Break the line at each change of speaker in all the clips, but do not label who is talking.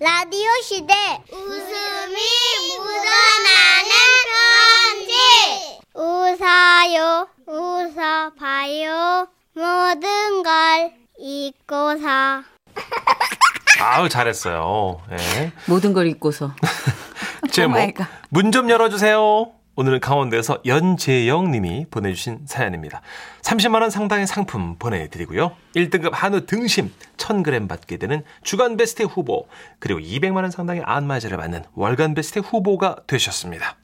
라디오 시대 웃음이 묻어나는 편지 웃어요 웃어봐요 모든 걸 잊고 사
아우 잘했어요. 예.
모든 걸 잊고서.
제목
오마이갓.
문 좀 열어주세요. 오늘은 강원도에서 연재영님이 보내주신 사연입니다. 30만 원 상당의 상품 보내드리고요. 1등급 한우 등심 1,000g 받게 되는 주간 베스트 후보 그리고 200만 원 상당의 안마자를 받는 월간 베스트 후보가 되셨습니다.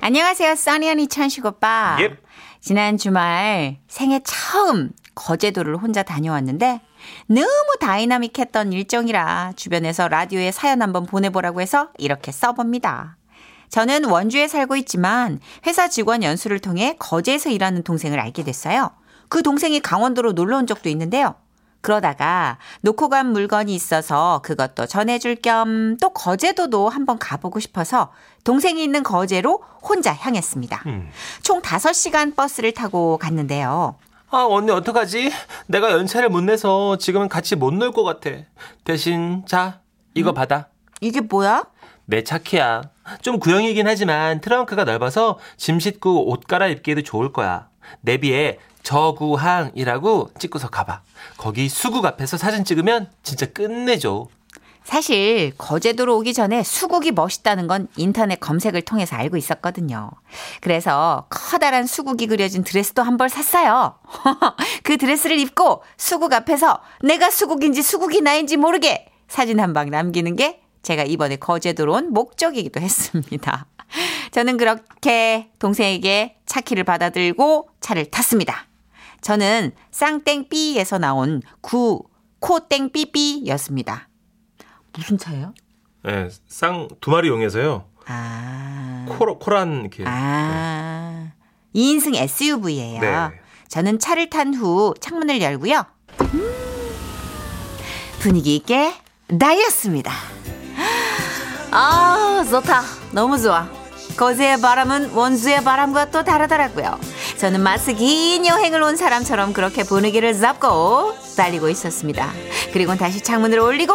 안녕하세요, 써니 언니 천식 오빠.
예.
지난 주말 생애 처음 거제도를 혼자 다녀왔는데 너무 다이나믹했던 일정이라 주변에서 라디오에 사연 한번 보내보라고 해서 이렇게 써봅니다. 저는 원주에 살고 있지만 회사 직원 연수를 통해 거제에서 일하는 동생을 알게 됐어요. 그 동생이 강원도로 놀러 온 적도 있는데요. 그러다가 놓고 간 물건이 있어서 그것도 전해줄 겸 또 거제도도 한번 가보고 싶어서 동생이 있는 거제로 혼자 향했습니다. 총 5시간 버스를 타고 갔는데요.
아 언니 어떡하지? 내가 연차를 못 내서 지금은 같이 못 놀 것 같아. 대신 자 이거 받아.
이게 뭐야?
내 차키야. 네, 좀 구형이긴 하지만 트렁크가 넓어서 짐 싣고 옷 갈아입기에도 좋을 거야. 내비에 저구항이라고 찍고서 가봐. 거기 수국 앞에서 사진 찍으면 진짜 끝내줘.
사실 거제도로 오기 전에 수국이 멋있다는 건 인터넷 검색을 통해서 알고 있었거든요. 그래서 커다란 수국이 그려진 드레스도 한 벌 샀어요. 그 드레스를 입고 수국 앞에서 내가 수국인지 수국이 나인지 모르게 사진 한 방 남기는 게 제가 이번에 거제도로 온 목적이기도 했습니다. 저는 그렇게 동생에게 차키를 받아들고 차를 탔습니다. 저는 쌍땡삐에서 나온 구 코땡삐삐였습니다. 무슨 차예요?
예, 쌍 두 마리 용해서요.
아.
코로, 코란 이렇게.
아. 2인승 SUV예요.
네.
저는 차를 탄 후 창문을 열고요. 음, 분위기 있게 다이었습니다. 아, 좋다. 너무 좋아. 거제의 바람은 원주의 바람과 또 다르더라고요. 저는 마스 긴 여행을 온 사람처럼 그렇게 분위기를 잡고 달리고 있었습니다. 그리고 다시 창문을 올리고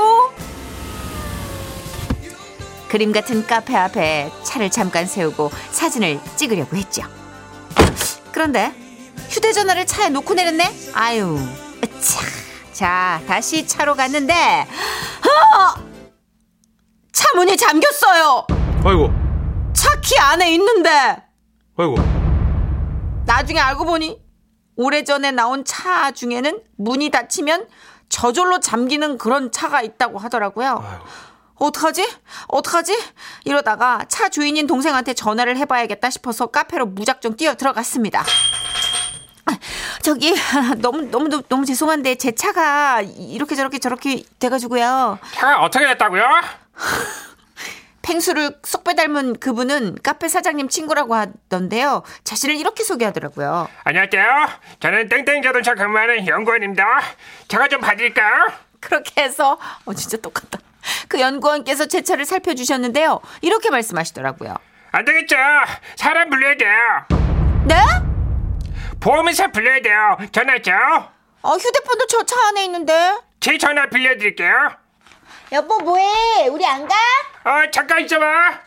그림 같은 카페 앞에 차를 잠깐 세우고 사진을 찍으려고 했죠. 그런데 휴대전화를 차에 놓고 내렸네. 아유, 차. 자, 다시 차로 갔는데 어! 차 문이 잠겼어요.
아이고,
차 키 안에 있는데
아이고.
나중에 알고 보니 오래전에 나온 차 중에는 문이 닫히면 저절로 잠기는 그런 차가 있다고 하더라고요.
아이고.
어떡하지? 어떡하지? 이러다가 차 주인인 동생한테 전화를 해봐야겠다 싶어서 카페로 무작정 뛰어 들어갔습니다. 아, 저기 너무 너무 너무, 너무 죄송한데 제 차가 이렇게 저렇게 저렇게 돼가지고요.
차가 어떻게 됐다고요?
펭수를 쏙 빼닮은 그분은 카페 사장님 친구라고 하던데요. 자신을 이렇게 소개하더라고요.
안녕하세요. 저는 땡땡 자동차 근무하는 연구원입니다. 제가 좀 봐드릴까요?
그렇게 해서 어 진짜 똑같다. 그 연구원께서 제 차를 살펴주셨는데요. 이렇게 말씀하시더라고요.
안 되겠죠. 사람 불러야 돼요.
네?
보험회사 불러야 돼요. 전화죠.
어 휴대폰도 저 차 안에 있는데.
제 전화 빌려드릴게요.
여보 뭐해 우리 안 가?
어, 잠깐 있어봐.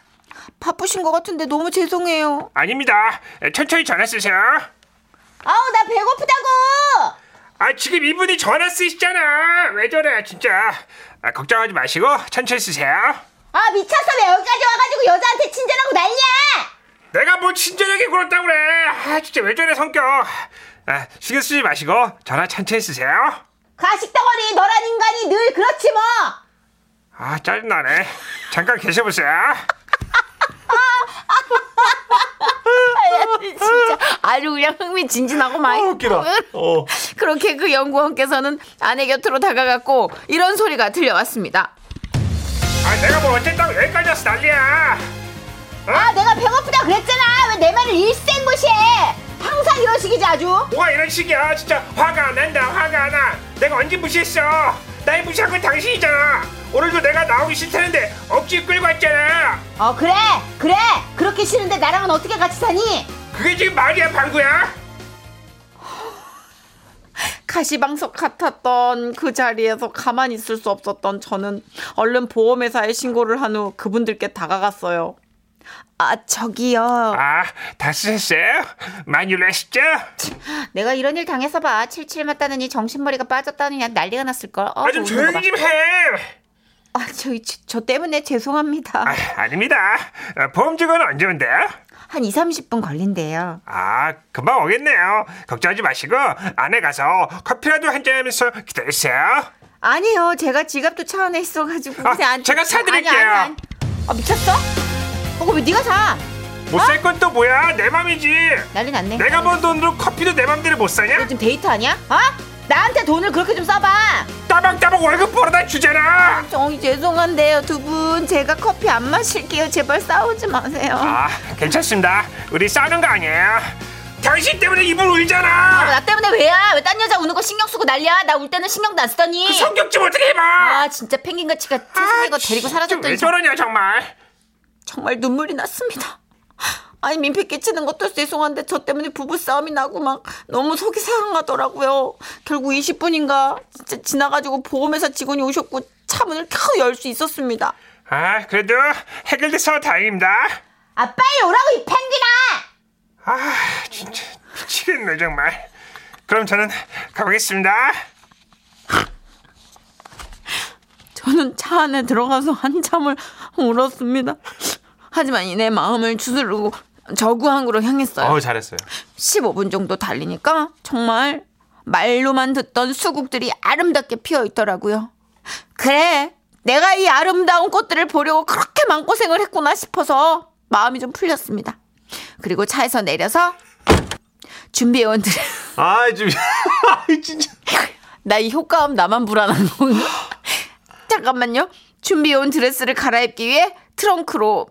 바쁘신 것 같은데 너무 죄송해요.
아닙니다. 천천히 전화 쓰세요.
아우 나 배고프다고
아, 지금 이분이 전화 쓰시잖아. 왜 저래, 진짜. 아, 걱정하지 마시고 천천히 쓰세요.
아 미쳤어 왜 여기까지 와가지고 여자한테 친절하고 난리야
내가 뭐 친절하게 굴었다고 그래. 아, 진짜 왜 저래, 성격. 아, 신경 쓰지 마시고 전화 천천히 쓰세요.
가식덩어리 너란 인간이 늘 그렇지 뭐
아 짜증나네 잠깐 계셔보세요
진짜 아주 그냥 흥미진진하고 막
웃기다. 어.
그렇게 그 연구원께서는 아내 곁으로 다가갔고 이런 소리가 들려왔습니다.
아 내가 뭘 어쨌다고 여기까지 와서 난리야 어?
아 내가 배고프다 그랬잖아 왜 내 말을 일생무시해 항상 이러시기지 아주
뭐가 이런 식이야 진짜 화가 안 난다 화가 나 내가 언제 무시했어 날 무시한 건 당신이잖아 오늘도 내가 나오기 싫다는데 억지 끌고 왔잖아
어 그래 그래 그렇게 싫은데 나랑은 어떻게 같이 사니
그게 지금 말이야 방구야
가시방석 같았던 그 자리에서 가만히 있을 수 없었던 저는 얼른 보험회사에 신고를 한 후 그분들께 다가갔어요. 아, 저기요.
아, 다 쓰셨어요? 많이 놀라셨죠?
아,
내가 이런 일 당해서 봐. 칠칠 맞다느니 정신머리가 빠졌다느냐 난리가 났을걸. 어,
아, 좀
웃는 거
조용히
봐.
좀 해!
아, 저, 저, 저 때문에 죄송합니다.
아, 아닙니다. 아, 보험 증거는 언제 온대요?
한 2, 30분 걸린대요.
아, 금방 오겠네요. 걱정하지 마시고 안에 가서 커피라도 한 잔 하면서 기다리세요.
아니요, 제가 지갑도 차 안에 있어가지고.
아,
옷에 안-
제가 사드릴게요.
아니, 아니, 아니. 아, 미쳤어? 어, 왜 네가 사?
못 살 건 또 뭐야? 내 맘이지.
난리 났네.
내가 번 돈으로 커피도 내 맘대로 못
너
사냐?
지금 데이트 아니야? 어? 나한테 돈을 그렇게 좀 써봐.
따박따박 월급 벌어다 주잖아.
정이 죄송한데요, 두 분. 제가 커피 안 마실게요. 제발 싸우지 마세요.
아, 괜찮습니다. 우리 싸우는 거 아니에요. 당신 때문에 입을
아,
울잖아.
나 때문에 왜야? 왜 딴 여자 우는 거 신경 쓰고 난리야? 나 울 때는 신경도 안 쓰더니.
그 성격 좀 어떻게 해봐.
아 진짜 펭귄같이 같은 생긴 거 데리고
왜
사라졌더니
저러냐 정말.
정말 눈물이 났습니다. 아니 민폐 끼치는 것도 죄송한데 저 때문에 부부 싸움이 나고 막 너무 속이 상하더라고요. 결국 20분인가 진짜 지나가지고 보험회사 직원이 오셨고 차 문을 켜고 열 수 있었습니다.
아, 그래도 해결돼서 다행입니다.
아 빨리 오라고 이 펭귄아!
아, 진짜 미치겠네 정말. 그럼 저는 가보겠습니다.
저는 차 안에 들어가서 한참을 울었습니다. 하지만 이내 마음을 추스르고 저구항으로 향했어요.
어우 잘했어요.
15분 정도 달리니까 정말 말로만 듣던 수국들이 아름답게 피어 있더라고요. 그래, 내가 이 아름다운 꽃들을 보려고 그렇게 마음고생을 했구나 싶어서 마음이 좀 풀렸습니다. 그리고 차에서 내려서 준비해원들,
아 지금 아이, 진짜
나 이 효과음 나만 불안한 건가? 잠깐만요. 준비해온 드레스를 갈아입기 위해 트렁크로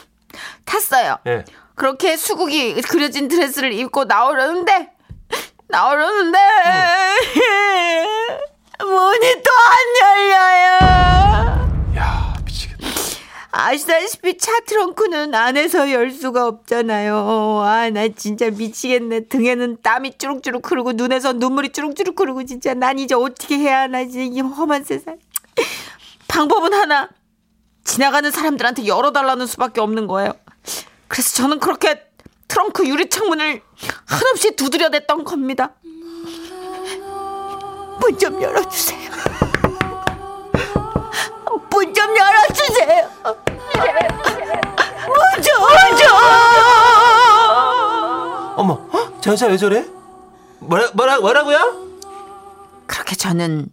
탔어요.
예.
그렇게 수국이 그려진 드레스를 입고 나오려는데 나오려는데 문이 또 안 열려요.
야 미치겠다.
아시다시피 차 트렁크는 안에서 열 수가 없잖아요. 아, 나 진짜 미치겠네. 등에는 땀이 주룩주룩 흐르고 눈에서 눈물이 주룩주룩 흐르고 진짜 난 이제 어떻게 해야 하나 진짜 이 험한 세상. 방법은 하나. 지나가는 사람들한테 열어달라는 수밖에 없는 거예요. 그래서 저는 그렇게 트렁크 유리창문을 한없이 두드려댔던 겁니다. 문 좀 열어주세요. 문 좀 열어주세요. 문 좀, 문 좀.
어머, 어? 저 여자 왜 저래? 뭐라 뭐라 뭐라고요?
그렇게 저는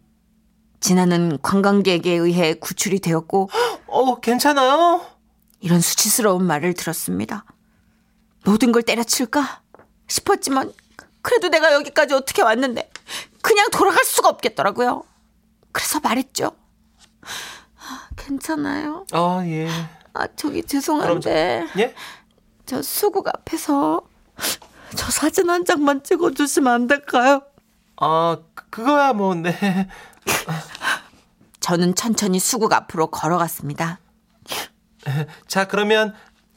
지나는 관광객에 의해 구출이 되었고
어 괜찮아요?
이런 수치스러운 말을 들었습니다. 모든 걸 때려칠까 싶었지만 그래도 내가 여기까지 어떻게 왔는데 그냥 돌아갈 수가 없겠더라고요. 그래서 말했죠. 아, 괜찮아요.
아 예.
아 저기
그럼 저-
죄송한데
예?
저 수국 앞에서 저 사진 한 장만 찍어주시면 안 될까요?
아 그- 그거야 뭐 네.
저는 천천히 수국 앞으로 걸어갔습니다.
자 그러면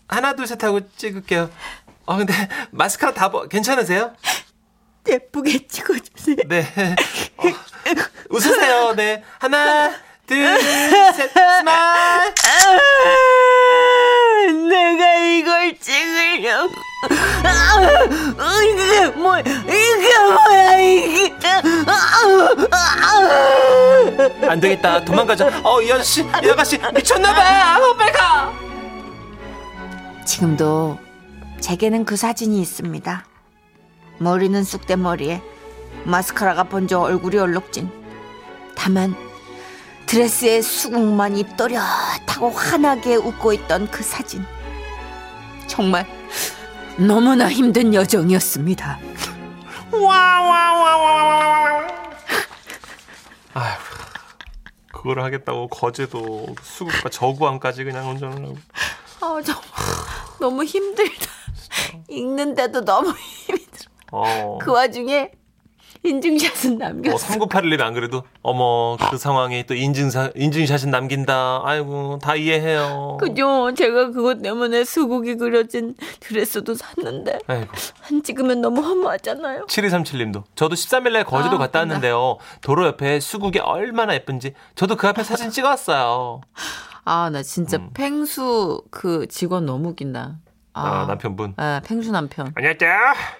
하나 둘 셋 하고 찍을게요. 어 근데 마스카라 다 버, 괜찮으세요?
예쁘게 찍어주세요.
네. 어, 웃으세요. 네. 하나 둘 셋 스마일.
아, 내가 이걸 찍으려고. 아, 이게 뭐, 이게 뭐야, 이게. 아, 아, 아.
안 되겠다. 도망가자. 어, 이 아저씨, 이 아가씨 미쳤나봐. 아, 빨리 가.
지금도 제게는 그 사진이 있습니다. 머리는 쑥대머리에 마스카라가 번져 얼굴이 얼룩진. 다만 드레스에 수국만 입 또렷하고 환하게 웃고 있던 그 사진. 정말 너무나 힘든 여정이었습니다.
와와와와와와와.
아휴. 그걸 하겠다고 거제도 수국과 그러니까 저구항까지 그냥 운전을 하고.
아 정말 너무 힘들다. 읽는데도 너무 힘이 들어.
어.
그 와중에
인증샷은 남겼어.
어, 3981님 안 그래도 어머 그 상황에 또 인증사, 인증샷은 남긴다. 아이고 다 이해해요.
그죠? 제가 그것 때문에 수국이 그려진 드레스도 샀는데
아이고
안 찍으면 너무 허무하잖아요.
7237님도 저도 13일날 거제도
아,
갔다
웃긴다.
왔는데요. 도로 옆에 수국이 얼마나 예쁜지 저도 그 앞에 사진 찍었어요.
아, 나 진짜
음.
펭수 그 직원 너무 웃긴다.
아, 남편분.
아, 펭수 남편.
안녕하세요.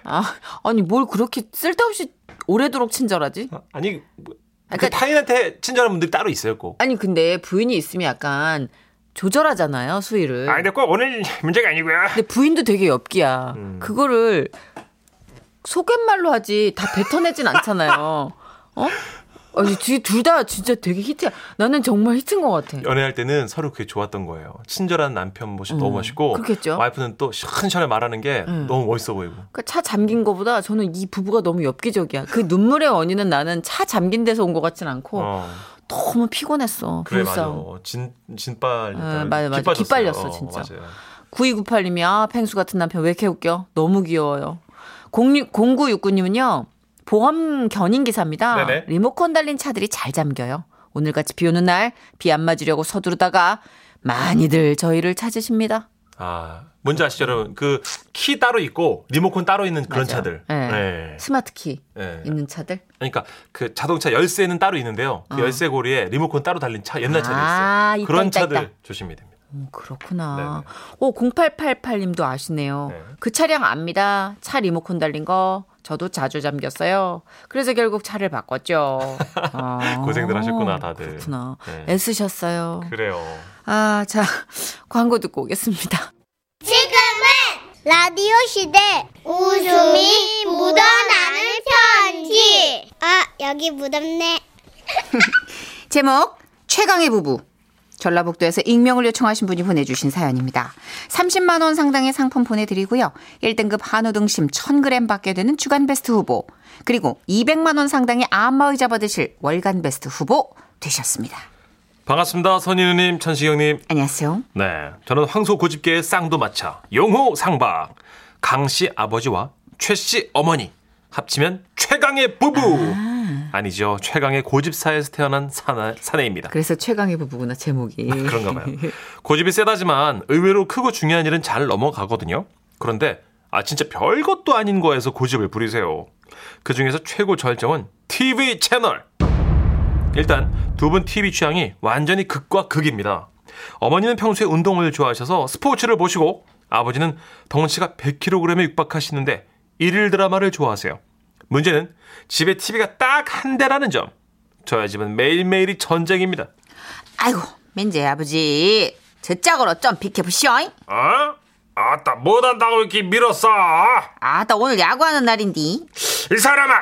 아, 아니 뭘 그렇게 쓸데없이 오래도록 친절하지?
아, 아니 뭐, 그
그러니까
타인한테 친절한 분들이 따로 있어요. 꼭.
아니 근데 부인이 있으면 약간 조절하잖아요
네.
수위를.
아 근데 꼭 오늘 문제가 아니고요.
근데 부인도 되게 엽기야. 그거를 속옛말로 하지 다 뱉어내진 않잖아요. 어? 아니 둘다 진짜 되게 히트야. 나는 정말 히트인 것 같아. 그러니까
연애할 때는 서로 그게 좋았던 거예요. 친절한 남편 모습 너무 멋있고
음, 그렇겠죠.
와이프는 또 시원시원하게 말하는 게 너무 멋있어 보이고.
그러니까 차 잠긴 거보다 저는 이 부부가 너무 엽기적이야. 그 눈물의 원인은 나는 차 잠긴 데서 온 것 같진 않고
어,
너무 피곤했어.
그래 맞아.
불싸움.
진 진빨 일단
응, 맞아, 맞아.
기빠졌어요.
기빨렸어,
어,
진짜.
맞아요.
9298님이 아 펭수 같은 남편 왜 이렇게 웃겨? 너무 귀여워요. 06, 0969님은요. 보험 견인 기사입니다.
네네.
리모컨 달린 차들이 잘 잠겨요. 오늘같이 비 오는 날 비 안 맞으려고 서두르다가 많이들 저희를 찾으십니다.
아 뭔지 아시죠, 여러분? 그 키 따로 있고 리모컨 따로 있는 그런
맞아요.
차들.
네.
네.
스마트키
네.
있는 차들.
그러니까 그 자동차 열쇠는 따로 있는데요. 그
어.
열쇠 고리에 리모컨 따로 달린 차 옛날 차들
아,
있어요.
있다,
그런
있다,
차들
있다.
조심해야 됩니다.
음, 그렇구나. 오, 0888님도 아시네요.
네.
그 차량 압니다. 차 리모컨 달린 거. 저도 자주 잠겼어요. 그래서 결국 차를 바꿨죠. 아,
고생들 하셨구나, 다들.
그렇구나.
네.
애쓰셨어요.
그래요.
아, 자, 광고 듣고 오겠습니다.
지금은 라디오 시대 웃음이 묻어나는 편지 아 여기 묻었네
제목 최강의 부부 전라북도에서 익명을 요청하신 분이 보내주신 사연입니다. 30만 원 상당의 상품 보내드리고요. 1등급 한우 등심 1000g 받게 되는 주간베스트 후보 그리고 200만 원 상당의 안마의자 받으실 월간베스트 후보 되셨습니다.
반갑습니다, 선인우님, 천시경님.
안녕하세요.
네, 저는 황소 고집계의 쌍도마차 용호 상박 강 씨 아버지와 최 씨 어머니 합치면 최강의 부부 아. 니죠 최강의 고집사에서 태어난 사나, 사내입니다.
그래서 최강의 부부구나 제목이.
그런가 봐요. 고집이 세다지만 의외로 크고 중요한 일은 잘 넘어가거든요. 그런데 아 진짜 별것도 아닌 거에서 고집을 부리세요. 그중에서 최고 절정은 TV 채널. 일단 두 분 TV 취향이 완전히 극과 극입니다. 어머니는 평소에 운동을 좋아하셔서 스포츠를 보시고 아버지는 덩치가 100kg에 육박하시는데 일일 드라마를 좋아하세요. 문제는 집에 TV가 딱 한 대라는 점. 저희 집은 매일매일이 전쟁입니다.
아이고 민재 아버지 저 짝으로 좀 비켜보시오.
어? 아따 못한다고 이렇게 밀었어.
아나 오늘 야구하는 날인데
이 사람아.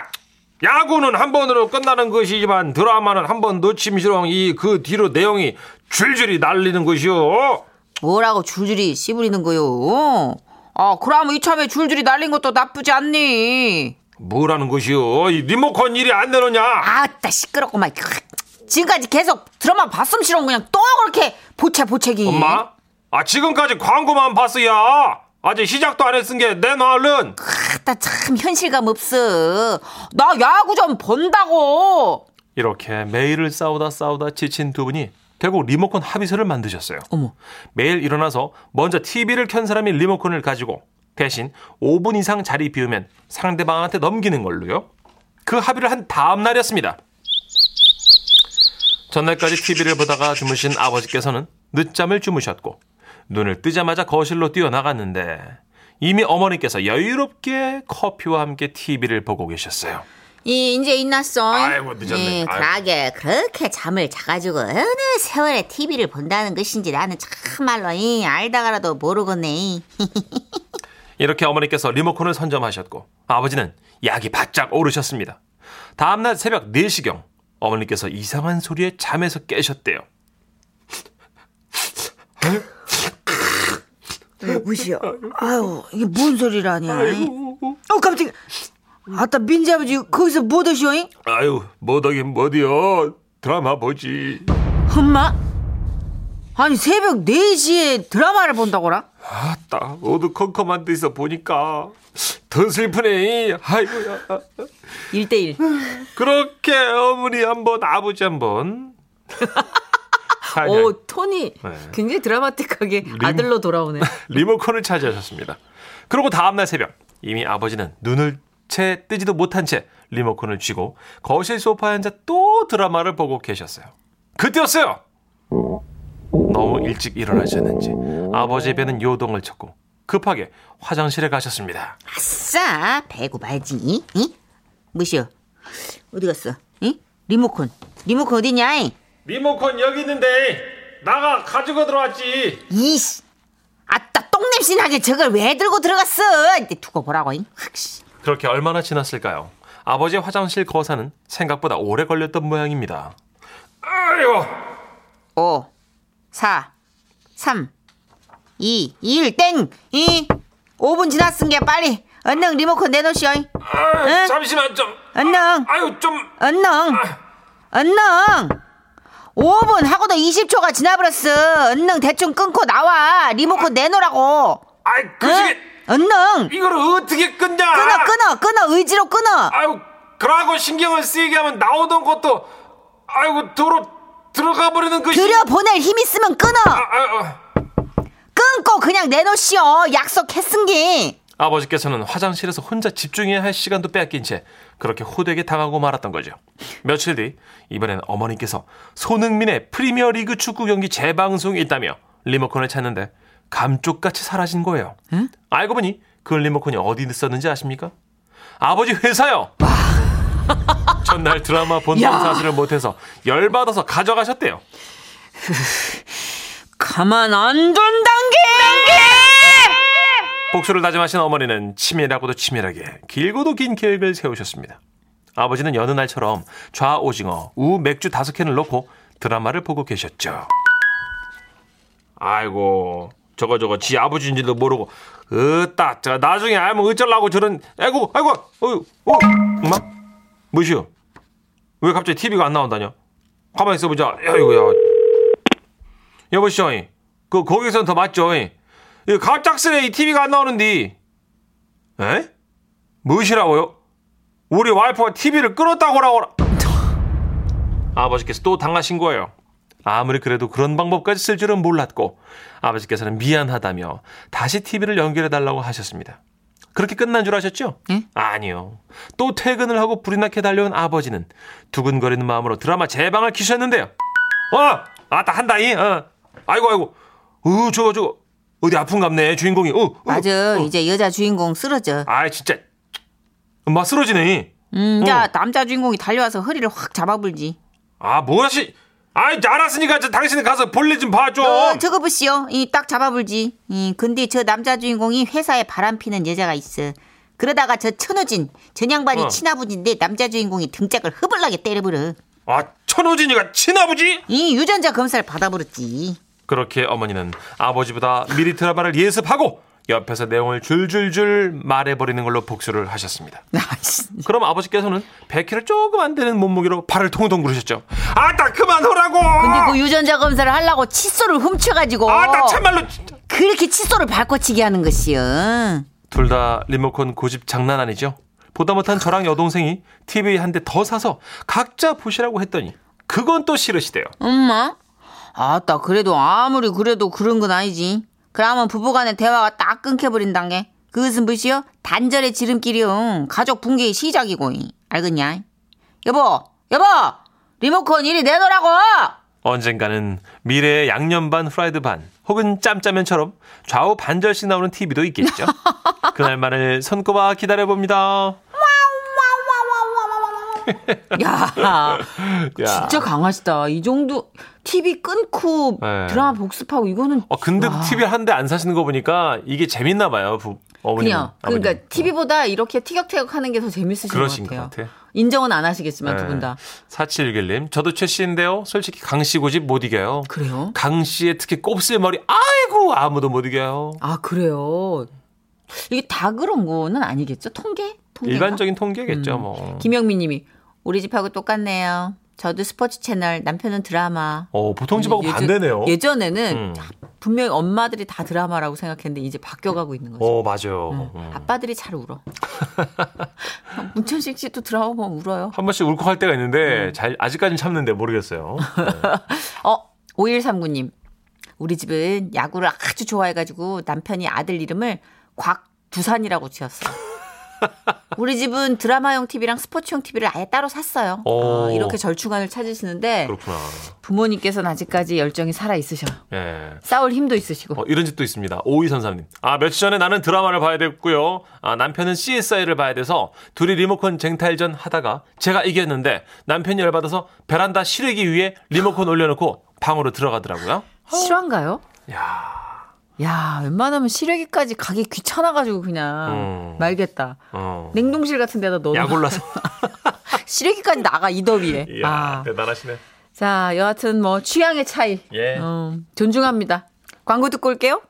야구는 한 번으로 끝나는 것이지만 드라마는 한 번 놓침시렁 이 그 뒤로 내용이 줄줄이 날리는 것이요.
뭐라고 줄줄이 씨부리는 거요? 아, 그럼 이참에 줄줄이 날린 것도 나쁘지 않니?
뭐라는 것이요? 이 리모컨 일이 안 되느냐?
아따, 시끄럽고만. 지금까지 계속 드라마 봤음 싫어 그냥 또 그렇게 보채보채기.
엄마? 아 지금까지 광고만 봤어야. 아직 시작도 안 했은 게 내놔 얼른.
아따, 참 현실감 없어. 나 야구 좀 본다고.
이렇게 매일을 싸우다 싸우다 지친 두 분이 결국 리모컨 합의서를 만드셨어요.
어머.
매일 일어나서 먼저 TV를 켠 사람이 리모컨을 가지고 대신 5분 이상 자리 비우면 상대방한테 넘기는 걸로요. 그 합의를 한 다음 날이었습니다. 전날까지 TV를 보다가 주무신 아버지께서는 늦잠을 주무셨고 눈을 뜨자마자 거실로 뛰어나갔는데 이미 어머니께서 여유롭게 커피와 함께 TV를 보고 계셨어요.
이, 이제 일났어. 예,
아이고, 늦었네. 아이고.
그러게, 그렇게 잠을 자가지고 어느 세월에 TV를 본다는 것인지 나는 참말로, 이, 알다가라도 모르겠네.
이렇게 어머니께서 리모컨을 선점하셨고 아버지는 약이 바짝 오르셨습니다. 다음날 새벽 4시경 어머니께서 이상한 소리에 잠에서 깨셨대요.
무시여. 아유, 이게 뭔 소리라냐. 어, 깜짝이야. 아따, 민지 아버지, 거기서 뭐 드셔잉?
아유 뭐더긴 뭐디요 드라마 보지.
네 엄마? 아니, 새벽 4시에 드라마를 본다고라?
슬프다. 어두컴컴한 데서 보니까 더 슬프네. 아이고야.
1대1.
그렇게 어머니 한 번, 아버지 한 번. 사냥.
오, 어, 톤이
네. 음.
굉장히 드라마틱하게 아들로 돌아오네.
리모컨을 차지하셨습니다. 그러고 다음날 새벽 이미 아버지는 눈을 채 뜨지도 못한 채 리모컨을 쥐고 거실 소파에 앉아 또 드라마를 보고 계셨어요. 그때였어요. 너무 일찍 일어나셨는지 아버지의 배는 요동을 쳤고 급하게 화장실에 가셨습니다.
싸, 배구 말지. 응? 무시오. 어디 갔어? 응? 리모컨. 리모컨 어디냐? 잉?
리모컨 여기 있는데 나가 가지고 들어왔지.
이씨. 아따, 똥냄새나게 저걸 왜 들고 들어갔어? 이제 두고 보라고. 잉? 확, 씨.
그렇게 얼마나 지났을까요? 아버지의 화장실 거사는 생각보다 오래 걸렸던 모양입니다. 아이고
5, 4, 3, 2, 1, 땡! 이 5분 지났은 게 빨리. 얼른 리모컨 내놓으시오. 잉?
아,
응?
잠시만 좀
얼른!
아유 좀
얼른! 얼른! 5분 하고도 20초가 지나버렸어. 얼른 대충 끊고 나와. 리모컨 내놓으라고.
아이
응?
그게
얼른!
이걸 어떻게 끊냐?
어? 끊어, 끊어, 끊어. 의지로 끊어.
아유 그러고 신경을 쓰이게 하면 나오던 것도 아이고 도로 들어가 버리는 것이.
들여보낼 힘 있으면 끊어.
아유.
끊고 그냥 내놓으시오. 약속했은 게.
아버지께서는 화장실에서 혼자 집중해야 할 시간도 빼앗긴 채 그렇게 호되게 당하고 말았던 거죠. 며칠 뒤 이번에는 어머니께서 손흥민의 프리미어리그 축구 경기 재방송이 있다며 리모컨을 찾는데 감쪽같이 사라진 거예요. 알고 보니 그 리모컨이 어디 있었는지 아십니까? 아버지 회사요. 전날 드라마 본방 사수를 못해서 열받아서 가져가셨대요.
가만 안 둔단 게!
복수를 다짐하신 어머니는 치밀하고도 치밀하게 길고도 긴 계획을 세우셨습니다. 아버지는 여느 날처럼 좌 오징어, 우 맥주 다섯 캔을 넣고 드라마를 보고 계셨죠. 아이고 저거 저거 지 아버지인지도 모르고 으따 저 나중에 알면 어쩌려고 저런 아이고 아이고 어유 어 엄마 뭐시오 왜 갑자기 TV가 안 나온다냐 가만히 있어보자 아이고야 여보시오 그 거기선 더 맞죠 이 갑작스레 이 TV가 안 나오는디 에? 무엇이라고요? 우리 와이프가 TV를 끊었다고 라고 아버지께서 또 당하신 거예요. 아무리 그래도 그런 방법까지 쓸 줄은 몰랐고 아버지께서는 미안하다며 다시 TV를 연결해 달라고 하셨습니다. 그렇게 끝난 줄 아셨죠? 아니요. 또 퇴근을 하고 불이 나게 달려온 아버지는 두근거리는 마음으로 드라마 재방을 키셨는데요. 어, 아따 한다이. 어. 아이고 아이고. 으 저거 저거 어디 아픈갑네 주인공이. 어, 어,
맞아.
어.
이제 여자 주인공 쓰러져.
아 진짜. 엄마 쓰러지네.
음, 야,
어.
남자 주인공이 달려와서 허리를 확 잡아불지.
아 뭐야 씨. 아 이제 알았으니까 저 당신이 가서 볼일 좀 봐줘.
어, 저거 보시오. 이 딱 잡아불지. 이 근데 저 남자 주인공이 회사에 바람피는 여자가 있어. 그러다가 저 천우진 전양반이
어.
친아버지인데 남자 주인공이 등짝을 허벌나게 때려버려.
아 천호진이가 친아버지?
이 유전자 검사를 받아버렸지.
그렇게 어머니는 아버지보다 미리 드라마를 예습하고 옆에서 내용을 줄줄줄 말해버리는 걸로 복수를 하셨습니다. 그럼 아버지께서는 100kg 조금 안 되는 몸무게로 발을 통통 구르셨죠. 아따 그만하라고.
근데 그 유전자 검사를 하려고 칫솔을 훔쳐가지고
아따 참말로 진짜.
그렇게 칫솔을 발꽂히게 하는 것이요.
둘 다 리모컨 고집 장난 아니죠? 보다 못한 저랑 여동생이 TV 한 대 더 사서 각자 보시라고 했더니 그건 또 싫으시대요.
엄마? 아따 그래도 아무리 그래도 그런 건 아니지. 그러면 부부간의 대화가 딱 끊겨버린단 게 그것은 무엇이요? 단절의 지름길이요. 가족 붕괴의 시작이고 알겠냐? 여보 여보 리모컨 이리 내놓으라고.
언젠가는 미래의 양념 반 프라이드 반 혹은 짬짜면처럼 좌우 반절씩 나오는 TV도 있겠죠. 그날만을 손꼽아 기다려봅니다.
야,
야.
진짜 강하시다. 이 정도 TV 끊고
네.
드라마 복습하고 이거는
어, 근데 도 TV 한 대 안 사시는 거 보니까 이게 재밌나 봐요. 부, 어머님.
그냥
아버님.
그러니까 TV보다 이렇게 티격태격하는 게 더 재밌으신
그러신
것
것
같아요.
같아요. 네.
인정은 안 하시겠지만 두 분 다.
4761님, 저도 최 씨인데요. 솔직히 강 씨 고집 못 이겨요.
그래요?
강 씨의 특히 곱슬머리, 아이고, 아무도 못 이겨요.
아 그래요. 이게 다 그런 거는 아니겠죠? 통계? 통계?
일반적인 통계겠죠, 뭐.
음. 김영민님이
우리 집하고 똑같네요. 저도 스포츠 채널 남편은 드라마.
어, 보통 집하고
예전-
반대네요.
예전에는
음.
분명히 엄마들이 다 드라마라고 생각했는데 이제 바뀌어가고 있는 거죠.
어, 맞아요. 음.
아빠들이 잘 울어. 문천식 씨도 드라마 보면 울어요.
한 번씩 울컥할 때가 있는데 잘 아직까지는 참는데 모르겠어요.
어, 5139님. 우리 집은 야구를 아주 좋아해가지고 남편이 아들 이름을 곽두산이라고 지었어요. 우리 집은 드라마용 TV랑 스포츠용 TV를 아예 따로 샀어요.
오.
어, 이렇게 절충안을 찾으시는데
그렇구나.
부모님께서는 아직까지 열정이 살아있으셔.
예.
싸울 힘도 있으시고.
어, 이런 집도 있습니다. 5233님. 아, 며칠 전에 나는 드라마를 봐야 됐고요. 아, 남편은 CSI를 봐야 돼서 둘이 리모컨 쟁탈전 하다가 제가 이겼는데 남편이 열받아서 베란다 실외기 위에 리모컨 올려놓고 방으로 들어가더라고요.
실화인가요?
야
야, 웬만하면 실외기까지 가기 귀찮아가지고 그냥
음.
말겠다.
어.
냉동실 같은 데다 넣어.
약 올라서.
실외기까지 나가 이 더위에.
네. 이야,
아.
대단하시네.
자, 여하튼 뭐 취향의 차이.
예.
음, 존중합니다. 광고 듣고 올게요.